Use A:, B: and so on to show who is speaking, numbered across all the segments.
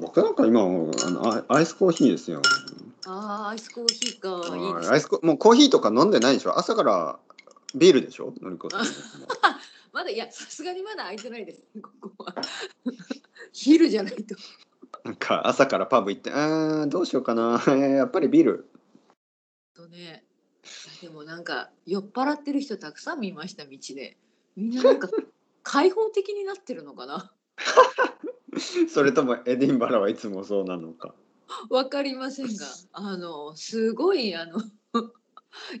A: 僕なんか今もうあのアイアイスコーヒーですよ。
B: ああ、アイスコーヒーか。いい
A: はい
B: です
A: ア
B: ね
A: イスコもうコーヒーとか飲んでないでしょ朝からビールでしょのりこ さん。
B: まだいや、さすがにまだ空いてないです。 ここは。昼じゃないと。
A: なんか朝からパブ行って、あーどうしようかな、え ーやっぱりビール。
B: とね。いやでもなんか酔っ払ってる人たくさん見ました道で。みんな なんか開放的になってるのかな。
A: それともエディンバラはいつもそうなのか。
B: わかりませんが、あのすごいあの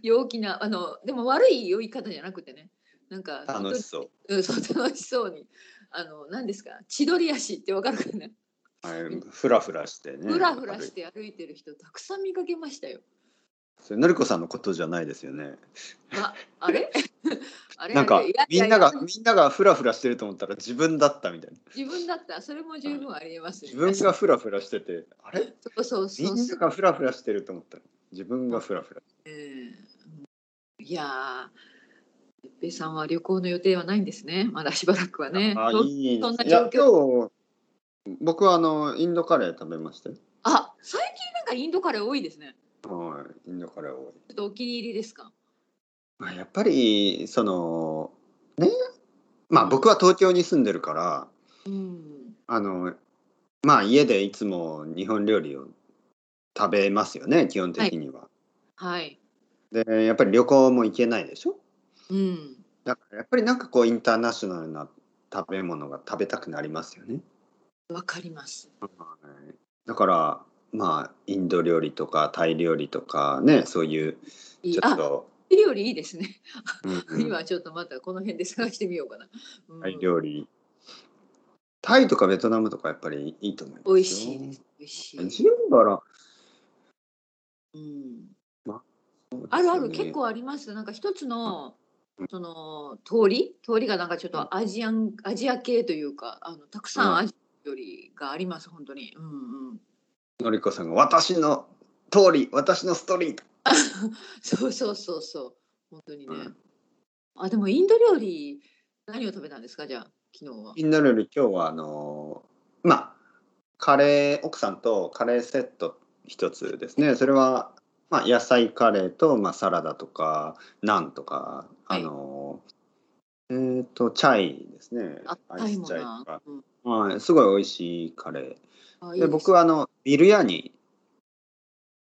B: 陽気なあのでも悪い酔い方じゃなくてね。なんか
A: 楽しそう。
B: う。うん、そう楽しそうに。あの何ですか千鳥足ってわかるかな。
A: はい、ふらふらしてね。
B: ふらふら
A: 歩
B: し
A: い。
B: て歩いてる人たくさん見かけましたよ。
A: それのりこさんのことじゃないですよね。
B: あ、あれ あれ
A: なんか
B: いやい
A: み
B: や
A: んなが
B: いや
A: みんながふらふらしてると思ったら自分だったみたいな。
B: 自分だったらそれも十分ありえます、ね、
A: 自分がふらふらしてて、あれ
B: そうそうそ
A: み
B: うん
A: ながふらふらしてると思ったら自分がふらふら。
B: うんいやー、べさんは旅行の予定はないんですね。まだしばらくは ね。
A: あ
B: そう
A: いい
B: そ
A: ね。
B: んない
A: や
B: 状況
A: 今日僕はあのインドカレー食べましたよ。
B: あ最近なんかインドカレー多いですね。
A: はい、インドカレー多い。
B: ちょっとお気に入りですか。
A: まあやっぱりそのねまあ僕は東京に住んでるから
B: うん。
A: あのまあ家でいつも日本料理を食べますよね基本的には。
B: はい。
A: でやっぱり旅行も行けないでしょ
B: うん。
A: だからやっぱりなんかこうインターナショナルな食べ物が食べたくなりますよね。
B: わかります。
A: はいだからまあインド料理とかタイ料理とかねそういう
B: いい
A: ちょっ
B: あ、
A: と、
B: タイ料理いいですね。
A: うんうん
B: 今ちょっとまたこの辺で探してみようかな。うん
A: タイ料理タイとかベトナムとかやっぱりいいと思いますよ。
B: 美味しいです。美味しい。
A: ジンバラ、
B: うん
A: そうですね
B: あるある結構あります。なんか一つの
A: うん
B: その通り通りがなんかちょっとアジアンアジア系というかあのたくさ
A: うん
B: んアジア料理があります本当に。うんうん。
A: のりこさんが私の通り私のストーリート
B: そうそうそうそう本当にね。
A: うん
B: あでもインド料理何を食べたんですかじゃあ昨日は。
A: みんなより今日はあのーまあカレー奥さんとカレーセット一つですねそれは、まあ、野菜カレーと、まあ、サラダとかナンとかあのー、えっ、とチャイですね
B: あっ
A: ア
B: た
A: イ
B: い
A: ス
B: も
A: チャイ
B: な
A: とか。、
B: うん
A: はい、すごい美味しいカレー
B: あ
A: で
B: いいです
A: 僕はあのビルヤーニ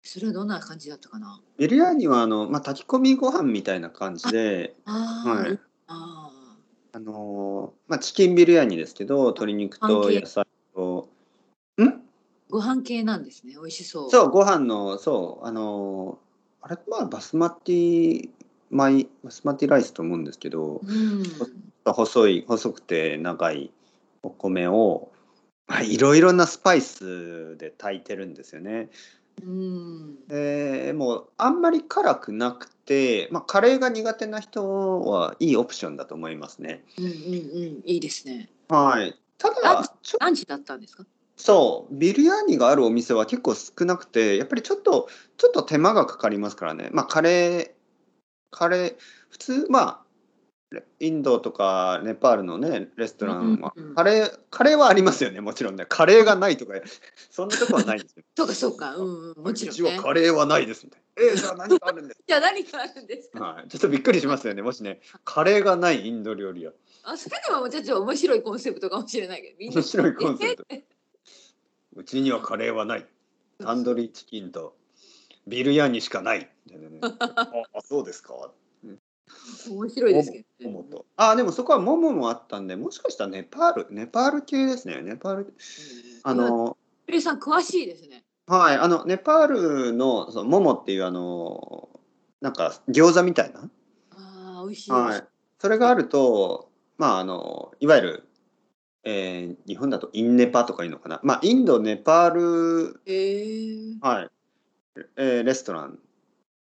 B: それはどんな感じだったかな。
A: ビルヤーニはあの、まあ、炊き込みご飯みたいな感じで
B: あー、
A: はい
B: い、あ
A: あのーまあ、チキンビルヤニですけど鶏肉と
B: パンケーキ
A: 野菜とん
B: ーご飯系なんですね美味しそう。
A: そうご飯のそうあのーあれまあバスマティマイバスマティライスと思うんですけど
B: うん。
A: 細い細くて長いお米をまあいろいろなスパイスで炊いてるんですよね。
B: うん。
A: でもうあんまり辛くなくて、まあ、カレーが苦手な人はいいオプションだと思いますね。
B: うんうんうん、いいですね。
A: はい、ただちょ
B: 何時だったんですか。
A: そうビリヤーニがあるお店は結構少なくてやっぱりちょっとちょっと手間がかかりますからねまあカレーカレー普通まあインドとかネパールのねレストランは
B: うんうんうん
A: カレーカレーはありますよねもちろんねカレーがないとか そんなとこはないんですよ
B: そうか、そうか、うん、うん、もちろ
A: う
B: ん、
A: ち
B: ね
A: は。カレーはないですみたいなえー、じゃあ何かあるんです
B: じゃ、何があるんです
A: か、
B: か。
A: はい、ちょっとびっくりしますよねもしねカレーがないインド料理屋
B: あ、それでも、ちょっと面白いコンセプトかもしれな いけど、みんな
A: 面。白いコンセプトうちにはカレーはない。タンドリーチキンとビルヤニしかない。みたいなねああそうですか。
B: 面白いですけど、
A: モモ
B: ね。
A: と。あでもそこはモモもあったんで、もしかしたらネパールネパール系ですね。ネパールあ
B: うん、
A: の
B: プレイさん詳しいですね。
A: はいあのネパールのそのモモっていうあのなんか餃子みたいな。
B: ああ、美味しい。
A: はい。それがあるとまああのいわゆるえー日本だとインネパとかいうのかな、まあ、インド、ネパール
B: ええ
A: はい、えーレストラン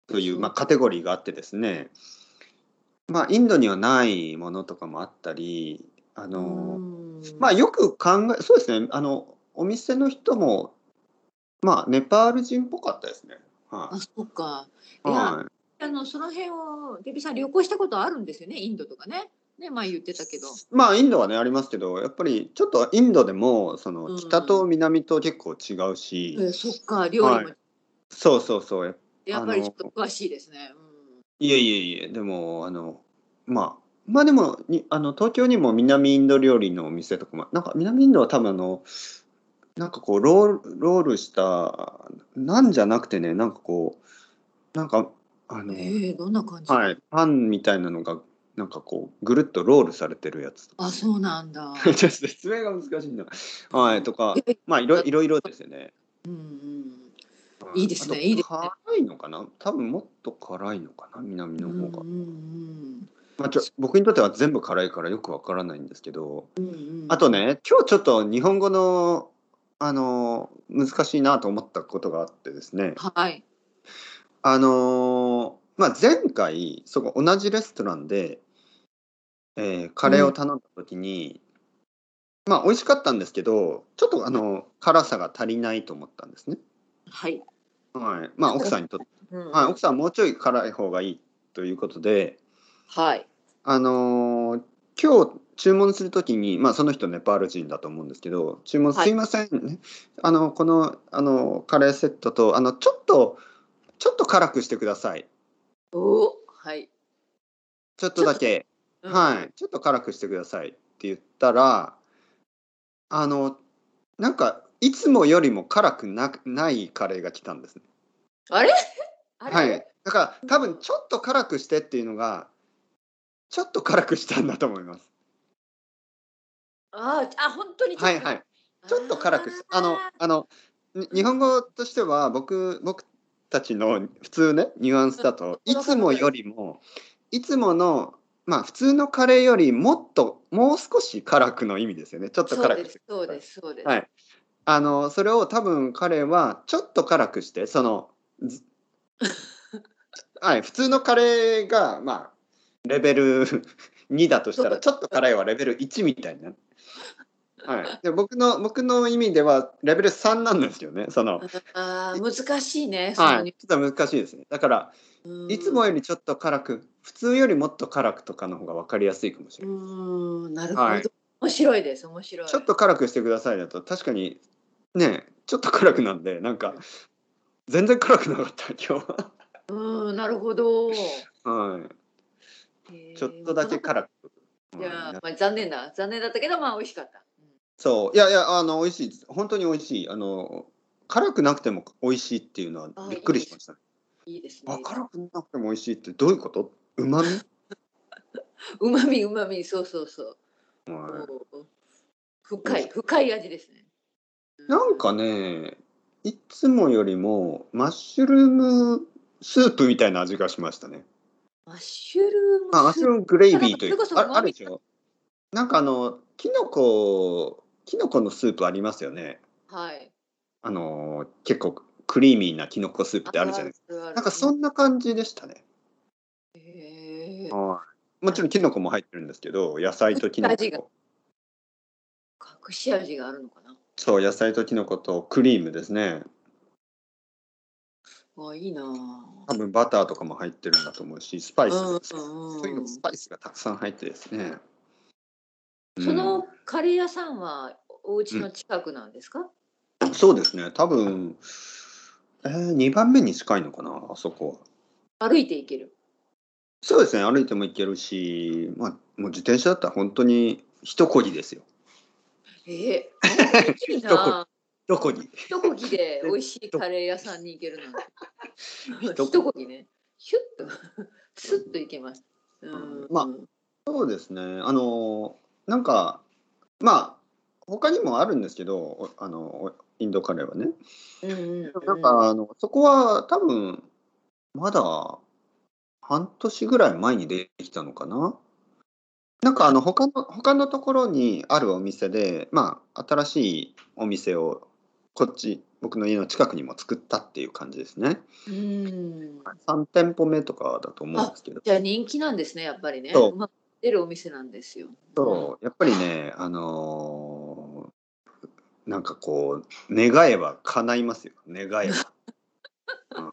A: という、
B: そう
A: まあ、カテゴリーがあってですね、まあ、インドにはないものとかもあったりあの、まあ、よく考えそうですねあのお店の人も、まあ、ネパール人っぽかったですね。は
B: あ、そうか。
A: い
B: いや
A: はい
B: あの、その辺を、デビさん旅行したことあるんですよね、インドとかね。ね前言ってたけど
A: まあインドはねありますけどやっぱりちょっとインドでもその
B: うん
A: 北と南と結構違うし、
B: えそっか料理も、
A: はそうそうそうやっ
B: やっぱりちょっと詳しいですね、うん、
A: いえいえいえでもあのまあまあでもにあの東京にも南インド料理のお店とかもなんか南インドは多分あのなんかこうロールロールしたなんじゃなくてねなんかこうなんかあの、
B: えー、どんな感じ、
A: はい、パンみたいなのがなんかこうぐるっとロールされてるやつとか
B: あそうなんだ
A: ちょっと説明が難しいな。はい、とか、
B: え
A: まあ、いろいろいろですよね。
B: うんうん
A: うん
B: いいですね
A: あと
B: いいですね
A: 辛いのかな多分もっと辛いのかな南
B: う
A: の
B: んう
A: 方
B: ん
A: が。
B: うん
A: まあ、ちょ僕にとっては全部辛いからよくわからないんですけど。
B: うんうん
A: あとね、今日ちょっと日本語の、あの、難しいなと思ったことがあってですね。
B: はい
A: あのーまあ、前回そこ同じレストランで、えーカレーを頼んだ時に、まあ美味しかったんですけどちょっとあの辛さが足りないと思ったんですね。
B: はい、
A: はい、まあ奥さんにとって、
B: うん
A: はい、奥さんはもうちょい辛い方がいいということで、
B: はい
A: あのー今日注文するときに、まあ、その人ネパール人だと思うんですけど注文「
B: はい
A: すいません、あのこのあのカレーセットとあのちょっとちょっと辛くしてください」
B: おおはい、
A: ちょっとだけ。
B: うん
A: はい、ちょっと辛くしてくださいって言ったらあのなんかいつもよりも辛くなないカレーが来たんですね。
B: あれあれ、
A: はい、だから多分ちょっと辛くしてっていうのがちょっと辛くしたんだと思います。
B: あーあ本当にちょっと
A: はいはい、ちょっと辛くしあのあのに日本語としては僕僕たちの普通ねニュアンスだと
B: うん
A: いつもよりもいつものまあ普通のカレーよりもっともう少し辛くの意味ですよねちょっと
B: そう
A: 辛く
B: ですすそうですそうです、
A: はいあのそれを多分彼はちょっと辛くしてそのずはい普通のカレーがまあレベル 2だとしたらちょっと辛いはレベル1みたいな、はい、で僕の僕の意味ではレベル3なんですよねその、
B: あー難しいね、
A: は
B: その
A: い、ちょっと難しいですねだから
B: うん
A: いつもよりちょっと辛く普通よりもっと辛くとかの方が分かりやすいかもしれ
B: う
A: ない、
B: ーんなるほど、
A: はい
B: 面白いです面白い
A: ちょっと辛くしてくださいだと確かにねちょっと辛くなんでなんか全然辛くなかった今日は。
B: うーんなるほど、
A: は
B: えー
A: い、ちょっとだけ辛く。
B: いや
A: うん
B: ーまあ、残念だ残念だったけどまあ美味しかった、
A: そう、いやいや、あの、美味しいです、本当に美味しい、あの。辛くなくても美味しいっていうの
B: あ
A: はびっくりしました。
B: うんいいですね
A: あ、辛くなくても美味しいってどういうこと。うまみ。は
B: うまみうまみそうそうそう、
A: い
B: おー深い深い味ですね
A: なんかね、いつもよりもマッシュルームスープみたいな味がしましたね。
B: マッシュルーム
A: あ、マッシュルームグレイビーという
B: それこそ
A: か、あ、あるでしょなんかあの、きのこ、きのこのスープありますよね。
B: はい
A: あの、結構クリーミーなきのこスープってあるじゃないですか。
B: な
A: なんかそんな感じでしたね。
B: え
A: もちろんキノコも入ってるんですけど、野菜とキノ
B: 味が
A: コ。
B: 隠し味があるのかな
A: そう、野菜とキノコとクリームですね。
B: あいいな
A: 多分バターとかも入ってるんだと思うし、スパイス、
B: うんうんうん
A: とにかくスパイスがたくさん入ってですね。うん
B: そのカレー屋さんはお家の近くなんですか、
A: そうですね。多分、えー、2番目に近いのかな、あそこは。
B: 歩いて行ける
A: そうですね。歩いても行けるし、まあ、もう自転車だったら本当に一こぎですよ。
B: えー、大きいな
A: どこに
B: 一こ ぎで美味しいカレー屋さんに行けるなんて
A: 一
B: 一こぎねヒュッと スッと行けますうん
A: まあそうですね。あのなんかまあ他にもあるんですけど、おあのおインドカレーはね。
B: うんうんうん
A: なんかあのそこは多分まだ半年ぐらい前にできたのかな。なんかあの他の他のところにあるお店で、まあ新しいお店をこっち僕の家の近くにも作ったっていう感じですね。
B: うん
A: 3店舗目とかだと思うんですけど。
B: じゃあ人気なんですねやっぱりね
A: そう
B: うまく出るお店なんですよ
A: そうやっぱりね、あのーなんかこう願えば叶いますよ願え ば、うん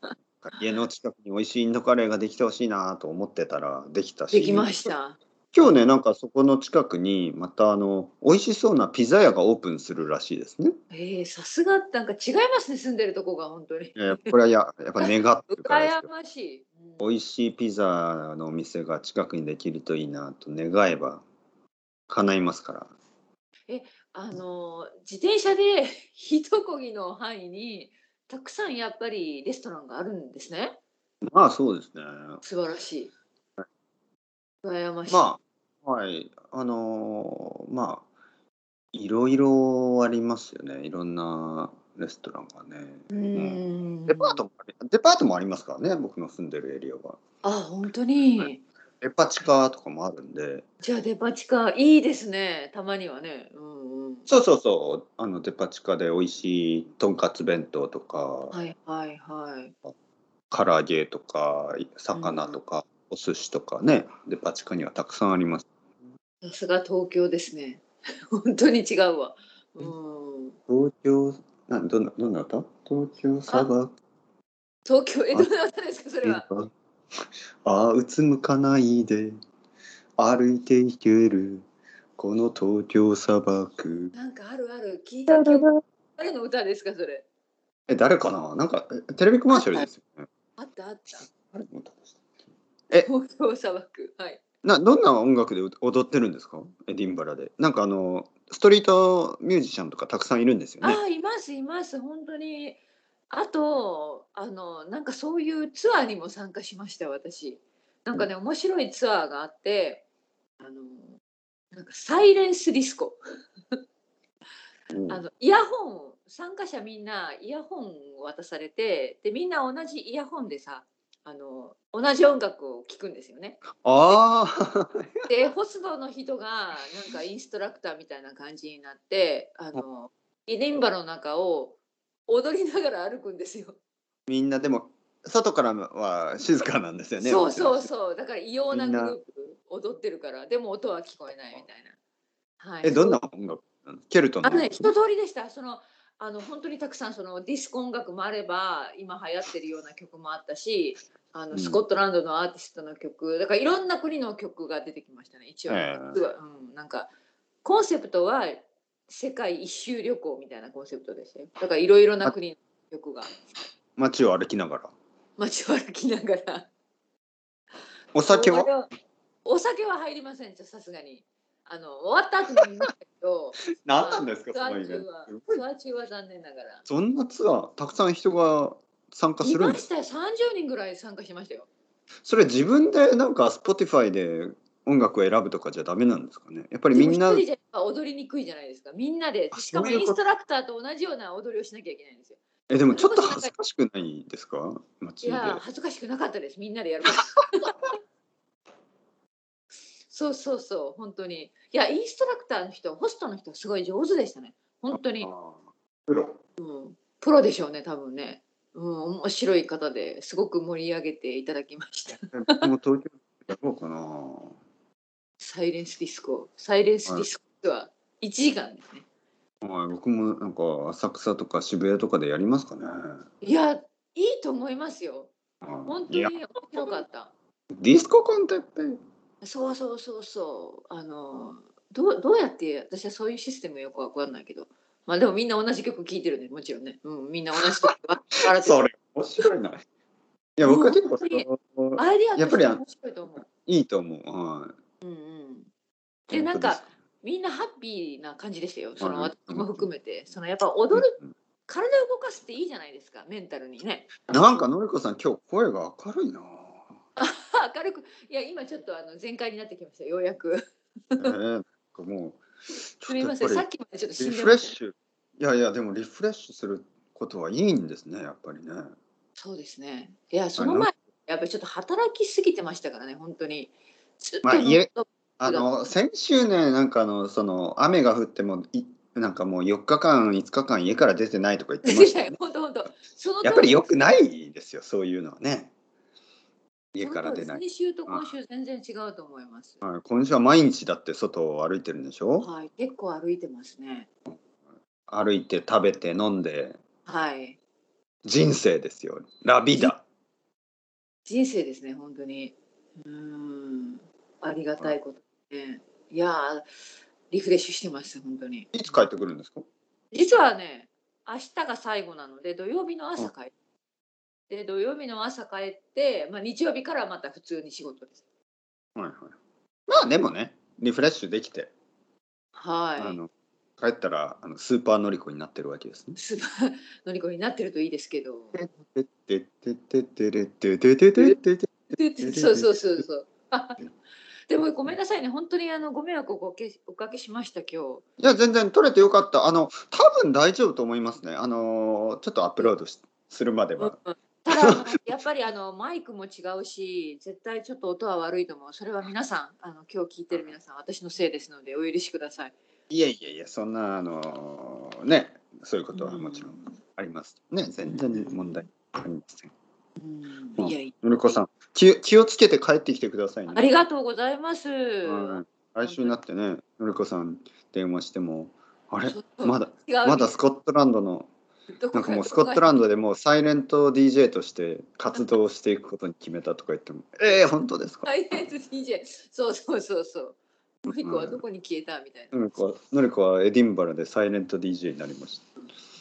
A: 家の近くに美味しいインドカレーができてほしいなと思ってたらできたし
B: できました
A: 今日ね、なんかそこの近くに、またあの、美味しそうなピザ屋がオープンするらしいですね。
B: ええさすがなんか違いますね住んでるとこが本当に
A: えーこれはややっぱ願ってるからです
B: 羨
A: けど。
B: ましい、うん
A: 美味しいピザのお店が近くにできるといいなと願えば叶いますから。
B: あの自転車で 一こぎの範囲にたくさんやっぱりレストランがあるんですね
A: まあそうですね。
B: 素晴らしい羨ましい、
A: まあ、はい。あのーまあ、いろいろありますよね。いろんなレストランがね。
B: うーん
A: デパートもありデパートもありますからね、僕の住んでるエリアは。
B: あ本当に、
A: デパ地下とかもあるんで、
B: じゃあデパ地下いいですねたまにはねうんうん
A: そうそうそう、あのデパ地下で美味しいとんかつ弁当とか、
B: はいはいはい
A: 唐揚げとか、魚とか、お寿司とかね、デパ地下にはたくさんあります。
B: さすが東京ですね 本当に違うわうん
A: 東京、なんどんなどんな歌東京砂漠
B: 東京えどうなったんですかそれは
A: ああ、うつむかないで歩いていける、この東京砂漠。
B: なんかあるある聞いた曲誰の歌ですかそれ
A: え、誰かななんか、えテレビコマーシャルですよね。
B: あったあった
A: あれどんな歌でした
B: 東京砂漠はい
A: などんな音楽で踊ってるんですかエディンバラでなんかあのストリートミュージシャンとかたくさんいるんですよね
B: ああいますいます本当にあとあのなんかそういうツアーにも参加しました私なんかね面白いツアーがあってあのなんかサイレンスディスコ
A: うん
B: あのイヤホン参加者みんなイヤホンを渡されてでみんな同じイヤホンでさあの同じ音楽を聴くんです よね。
A: あー
B: でホストの人がなんかインストラクターみたいな感じになってあのイデンバの中を踊りながら歩くんですよ。
A: みんなでも外からは静かなんですよね
B: そうそう
A: う
B: そうだから異様な
A: みん
B: グル
A: な
B: ープ踊ってるからでも音は聞こえないみたいな。はい、
A: えどんな音楽なんですケルトの
B: あのね、一通りでした。そのあの本当にたくさんそのディスコ音楽もあれば今流行ってるような曲もあったしあ
A: う
B: の
A: ん
B: スコットランドのアーティストの曲、だからいろんな国の曲が出てきましたね一応、
A: ええ
B: うん、なんかコンセプトは世界一周旅行みたいなコンセプトでしたよだからいろいろな国の曲が
A: 街を歩きながら
B: 街を歩きながら
A: お酒は
B: お酒は入りませんじゃさすがにあの終わった後に見ましたけ ど
A: 何なんですか
B: ツア
A: その
B: ー
A: イベ
B: 中
A: ント
B: はツアー中は残念ながら
A: そんなツアーたくさん人が参加す
B: い
A: るん
B: ま
A: です
B: したよ30人ぐらい参加しましたよ
A: それ自分でなんか Spotify で音楽を選ぶとかじゃダメなんですかねやっぱりみんな
B: でも一人じゃやっぱ踊りにくいじゃないですかみんなで
A: あ
B: しかも
A: そういう
B: イ
A: こ
B: ン
A: と
B: ストラクターと同じような踊りをしなきゃいけないんですよ
A: えでもちょっと恥ずかしくないですか街
B: い
A: で
B: やー恥ずかしくなかったですみんなでやるから そうそうそう本当にいやインストラクターの人ホストの人すごい上手でしたね本当に
A: プロ
B: プロでしょうね多分ねうん面白い方ですごく盛り上げていただきました
A: 僕も東京やろうかな
B: サイレンスディスコサイレンスディスコは1時間ですね
A: はい僕もなんか浅草とか渋谷とかでやりますかね
B: いやいいと思いますよ本
A: は
B: 当
A: いい
B: に
A: や
B: 面白かった。
A: ディスココンテって
B: そうそうそうそう。あのどうどうやって私はそういうシステムよくわかんないけど。まあでもみんな同じ曲聴いてるねもちろんね。うんみんな同じ曲ば 笑ってる。
A: れ面白いないや僕は結構そ
B: うん
A: の
B: アイディアとして
A: やっぱりあの
B: 面白いと思う。
A: いいと思うは
B: うんうん。
A: い
B: でなん
A: 本
B: かみんなハッピーな感じでしたよ。その
A: はい
B: 私も含めてそのやっぱ
A: 当
B: 踊
A: で
B: る
A: すうん
B: 体を動かすっていいじゃないですかメンタルにね。
A: なんかのりこさん今日声が明るいな
B: 明るくいや今ちょっとあの全開になってきましたようやく。
A: ええなんかもう
B: す
A: ち
B: み
A: ょ
B: ま
A: っ
B: せ
A: と
B: ん
A: や
B: さ
A: っ
B: っきまでちょっ
A: ぱ
B: と死
A: り
B: ん
A: リ
B: で
A: フレ
B: ま
A: ッ
B: した。
A: シュいやいやでもリフレッシュすることはいいんですねやっぱりね
B: そうですね。いや、その前、やっぱりちょっと働きすぎてましたからね、本当に。ずっと
A: まあ
B: ノンストップ、
A: あの先週ねなんかあのその雨が降ってもいなんかもう4日間5日間家から出てないとか言ってま したよね
B: 本当本当。その通
A: やっぱり良くないですよそういうのはね家から出ない、
B: 先週と今週全然違うと思います。
A: はい、今週は毎日だって外を歩いてるんでしょ
B: はい、結構歩いてますね。
A: 歩いて食べて飲んで
B: はい、
A: 人生ですよラビダ
B: 人生ですね、本当に。うーん、ありがたいこと。ねいやーリフレッシュしてます本当に
A: いつ帰ってくるんですか
B: 実はね明日が最後なので土曜日の朝帰って、で土曜日の朝帰って、まあ、日曜日からまた普通に仕事です
A: はいはい。まあでもね、リフレッシュできて、あ
B: は
A: の帰ったらあのスーパーのりこになってるわけですね
B: い。スー パーのりこになってるといいですけど
A: てってってってれってててててて。
B: そうそうそうそうでもごめんなさいね本当にあのご迷惑をおかけおかけしました今日
A: いや全然取れてよかった。あの多分大丈夫と思いますね。あのちょっとアップロードしするまでは。
B: ただあのやっぱりあのマイクも違うし絶対ちょっと音は悪いと思うそれは皆さんあの今日聞いてる皆さん私のせいですのでお許しください
A: いやいやいやそんなあのねそういうことはもちろんあります。ね全然問題ありません。
B: うん
A: うん
B: いやい
A: のりこさん気気をつけて帰ってきてください
B: や
A: ね。
B: ありがとうございます、
A: うん来週になってねのりこさん電話してもあれ
B: ちょっと
A: まだ
B: 違う
A: まだスコットランドの
B: どこ
A: なん
B: が
A: かもうスコッ トランドでもうサイレント DJ として活動していくことに決めたとか言っても 「ええ本当ですか?
B: サイレント DJ そうそうそうそうのりこはどこに消えたみたい」な
A: のりこはのりこはエディンバラでサイレント DJ になりまし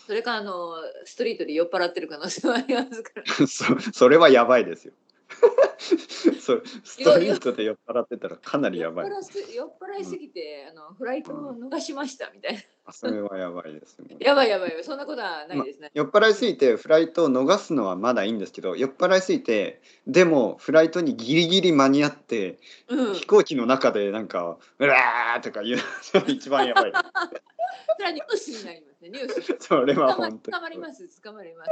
B: それかあのストリートで酔っ払ってる可能性はありますから
A: た そそれはやばいですよ そストリートで酔っ払ってたらかなりやばい
B: 酔っ払す酔っ払いすぎて、あのフライトを逃しましたみたいな、
A: あそれはやばいですよ
B: やばいやばいやばいそんなことはないですね、
A: 酔っ払いすぎてフライトを逃すのはまだいいんですけど酔っ払いすぎてでもフライトにギリギリ間に合って
B: うん
A: 飛行機の中でなんか「うわ!」とか言うのが一番や ばい
B: それはニュースになりますね、ニュース。
A: それは
B: 捕ま
A: 本当
B: 捕まり
A: に
B: ます、捕まります。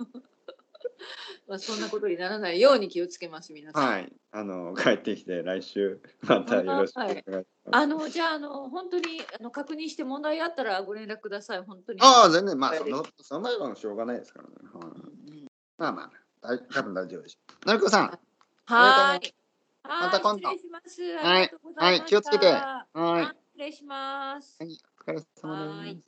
B: あの まあそんなことにならないように気をつけます、皆さん。
A: はいあの帰ってきて来週またよろしくお願いします、
B: あのじゃああの本当にあの確認して問題あったらご連絡ください、本当に。
A: ああ全然まあそのその前はしょうがないですからね、はい
B: うん
A: まあまあ大多分大丈夫でしょうのりこさん
B: はーい。
A: また今度
B: はーい失礼します。
A: はい
B: ありがとうござました
A: はい気をつけては
B: はいい失礼します。
A: はいお疲れ様です
B: はい